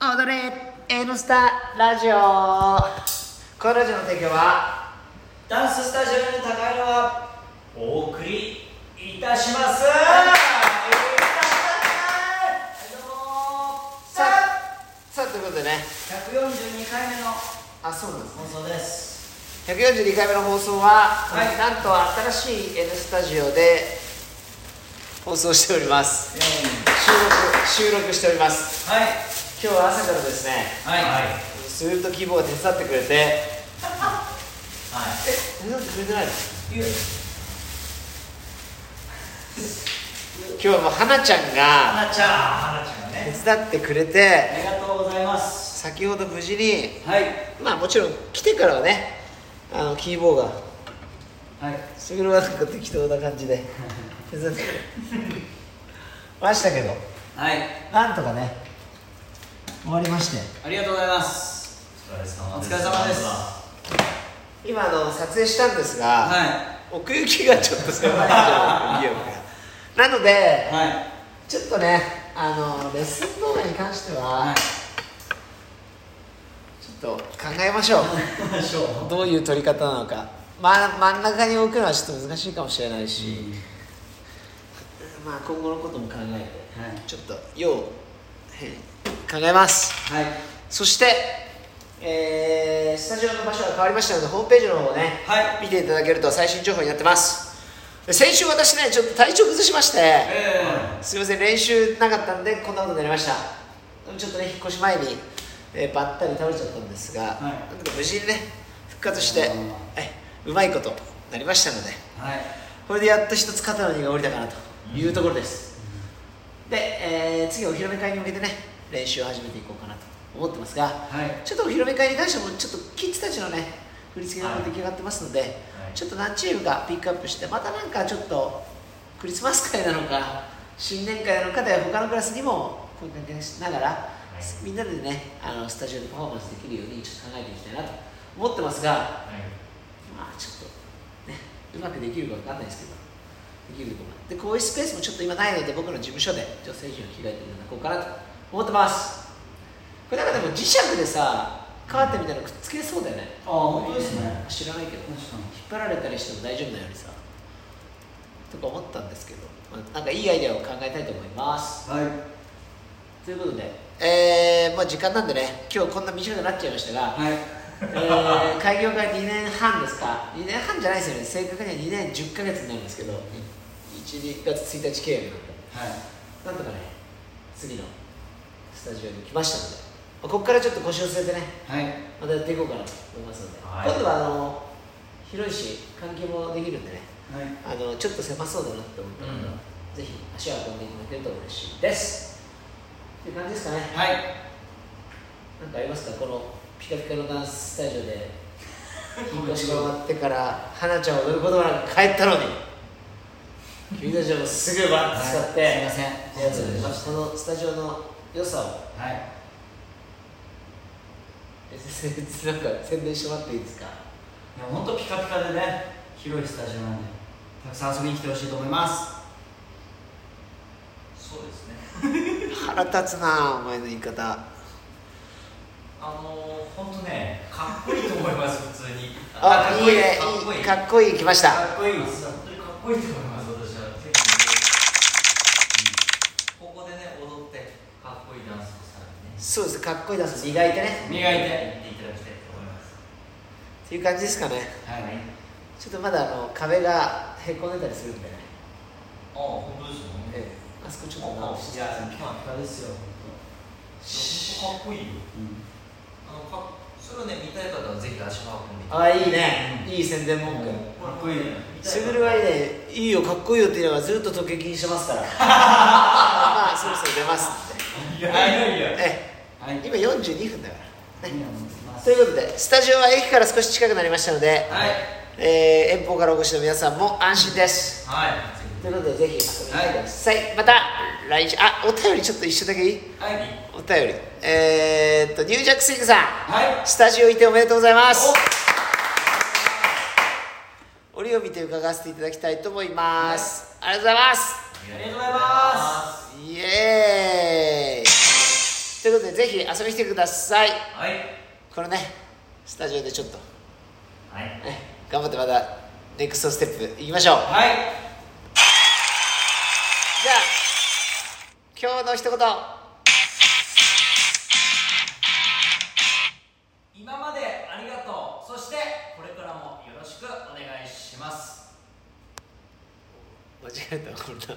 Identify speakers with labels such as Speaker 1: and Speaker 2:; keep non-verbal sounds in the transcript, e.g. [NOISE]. Speaker 1: 踊れ N スタラジオこのラジオの提供は
Speaker 2: ダンススタジオに高いのはお送りいたします。
Speaker 1: さあさあということでね
Speaker 2: 142回目の
Speaker 1: あそうなんですね
Speaker 2: 放送です。
Speaker 1: 142回目の放送は、
Speaker 2: はい
Speaker 1: なんと新しい N スタジオで放送しております収録収録しております
Speaker 2: はい
Speaker 1: 今日は朝からですね
Speaker 2: はいはい
Speaker 1: スーッと希望が手伝ってくれてえ
Speaker 2: は
Speaker 1: 手伝ってくれてないの
Speaker 2: い。
Speaker 1: 今日はもう花ちゃんが
Speaker 2: 花ちゃん花ちゃんが
Speaker 1: 手
Speaker 2: ね。
Speaker 1: 伝ってくれ
Speaker 2: あ
Speaker 1: て
Speaker 2: りがとうございます。
Speaker 1: 先ほど無事に
Speaker 2: はい
Speaker 1: まあもちろん来てからはねあのキーボーが
Speaker 2: はい。
Speaker 1: すぐるはなんか適当な感じで手伝ってくれましたけど
Speaker 2: はい。
Speaker 1: なんとかね終わりまして
Speaker 2: ありがとうございます。
Speaker 3: お疲れ様
Speaker 2: お
Speaker 3: です
Speaker 2: 疲れ様です。
Speaker 1: 今あの撮影したんですが、
Speaker 2: は
Speaker 1: 奥行きがちょっと狭いんじゃない [LAUGHS] なの
Speaker 2: い
Speaker 1: で
Speaker 2: はい
Speaker 1: ちょっとねあのレッスン動画に関しては、
Speaker 2: はい。
Speaker 1: ちょっと考えましょう
Speaker 2: 行き [LAUGHS] ましょ
Speaker 1: [LAUGHS]
Speaker 2: う。
Speaker 1: どういう撮り方なのか、ま、真ん中に置くのはちょっと難しいかもしれないし、まあ今後のことも考えて、
Speaker 2: はい
Speaker 1: ちょっと要変考えます
Speaker 2: はい
Speaker 1: そして、えースタジオの場所が変わりましたのでホームページの方をね、
Speaker 2: は
Speaker 1: 見ていただけると最新情報になってますで先週私ねちょっと体調崩しまして、
Speaker 2: え
Speaker 1: すいません練習なかったんでこんなことになりましたちょっとね引っ越し前に、えーばったり倒れちゃったんですが、
Speaker 2: はい
Speaker 1: なんとか無事にね復活して、
Speaker 2: あ
Speaker 1: は
Speaker 2: ー
Speaker 1: いうまいことなりましたので
Speaker 2: ーはい
Speaker 1: これでやっと一つ肩の荷が下りたかなというところです、で、えー次お披露目会に向けてね練習を始めていこうかなと思ってますが、
Speaker 2: はい
Speaker 1: ちょっとお披露目会に関してもちょっとキッズたちのね振り付けがもう出来上がってますので、ちょっと何チームかピックアップしてまたなんかちょっとクリスマス会なのか新年会なのかで他のクラスにも声かけしながら、みんなでねあのスタジオでパフォーマンスできるようにちょっと考えていきたいなと思ってますがまあちょっとねうまくできるかわかんないですけどできるかなでこういうスペースもちょっと今ないので僕の事務所で女性陣を開いていただこうかなと思ってますこれなんかでも磁石でさカーテンみたいなのくっつけそうだよね
Speaker 2: あー本当ですね
Speaker 1: 知らないけど
Speaker 2: 確かに
Speaker 1: 引っ張られたりしても大丈夫なようにさとか思ったんですけど、まあなんかいいアイデアを考えたいと思います
Speaker 2: はい
Speaker 1: ということでえー、まあ時間なんでね今日こんな短くなっちゃいましたが、
Speaker 2: はい
Speaker 1: えー開業から2年半ですか2年半じゃないですよね正確には2年10ヶ月になるんですけど1月1日契約なんでなんとかね次のスタジオに来ましたのでまあここからちょっと腰を据えてね
Speaker 2: はいはい
Speaker 1: またやっていこうかなと思いますので、
Speaker 3: はい
Speaker 1: 今度はあの広いし換気もできるんでね
Speaker 2: は
Speaker 1: あ
Speaker 2: い
Speaker 1: のちょっと狭そうだなって思ったので、
Speaker 3: うん
Speaker 1: ぜひ足を運んでいただけると嬉しいですっていう感じですかね
Speaker 2: はい
Speaker 1: なんかありますかこのピカピカのダンススタジオで引っ越しが終わってから花ちゃんを踊ることがなく帰ったのに君たちはもうすぐバッと使って、
Speaker 2: はいすいません
Speaker 1: やつをこのスタジオの良さを
Speaker 2: はい
Speaker 1: え先生なんか宣伝してもらっていいですか
Speaker 2: いや本当ピカピカでね広いスタジオなんでたくさん遊びに来てほしいと思います
Speaker 3: そうですね
Speaker 1: 腹立つなお前の言い方
Speaker 3: あのー、本当ねかっこいいと思います普通に
Speaker 1: あ
Speaker 3: かっ
Speaker 1: い
Speaker 3: こ
Speaker 1: い
Speaker 3: いい
Speaker 1: ね
Speaker 3: かっこい
Speaker 1: いい
Speaker 3: い
Speaker 1: かっこいい来ました
Speaker 2: っこいいです
Speaker 3: 本当にかっこいいと思います私は結構、ここでね踊ってかっこいいダンスをさらにね
Speaker 1: そうですかっこいいダンス磨いてね
Speaker 2: 磨いて
Speaker 3: やっていただきたいと思います
Speaker 1: っていう感じですかね
Speaker 2: はい
Speaker 1: ちょっとまだあの壁がへこんでたりするんでね、
Speaker 3: ああ本当ですよね
Speaker 1: ええあそこちょっと直して
Speaker 2: いやピカピカですよ
Speaker 3: 本当かっこいいよあのかそれをね見たい方はぜひ足を運んでいただ
Speaker 1: あいいね、いい宣伝文句
Speaker 3: きた
Speaker 2: かっこいいね
Speaker 3: 見た
Speaker 1: す
Speaker 3: い
Speaker 1: ぐ
Speaker 3: 方
Speaker 1: るはいいねいいよかっこいいよって言えばずっと時計気にしてますからまあそろそろ出ますって
Speaker 3: いやいやいや
Speaker 1: え
Speaker 2: はい
Speaker 1: え今42分だからね
Speaker 2: 今持ってます
Speaker 1: ということでスタジオは駅から少し近くなりましたので、
Speaker 2: はい
Speaker 1: えー遠方からお越しの皆さんも安心です
Speaker 3: はいぜひ
Speaker 1: ということでぜひ遊びに来てください、また来週あお便りちょっと一緒だけいい
Speaker 2: はい
Speaker 1: お便りえー、っとニュージャックスイングさん
Speaker 2: はい
Speaker 1: スタジオ移転おめでとうございます折を見て伺わせていただきたいと思います、ありがとうございます
Speaker 2: ありがとうございます
Speaker 1: イエーイといういうことでぜひ遊びに来てください
Speaker 3: はい
Speaker 1: このねスタジオでちょっと、
Speaker 3: はい
Speaker 1: ね、頑張ってまたネクストステップいきましょう
Speaker 2: はい
Speaker 1: じゃあ今日の一言
Speaker 3: 今までありがとうそしてこれからもよろしくお願いします
Speaker 1: 間違えたこれだ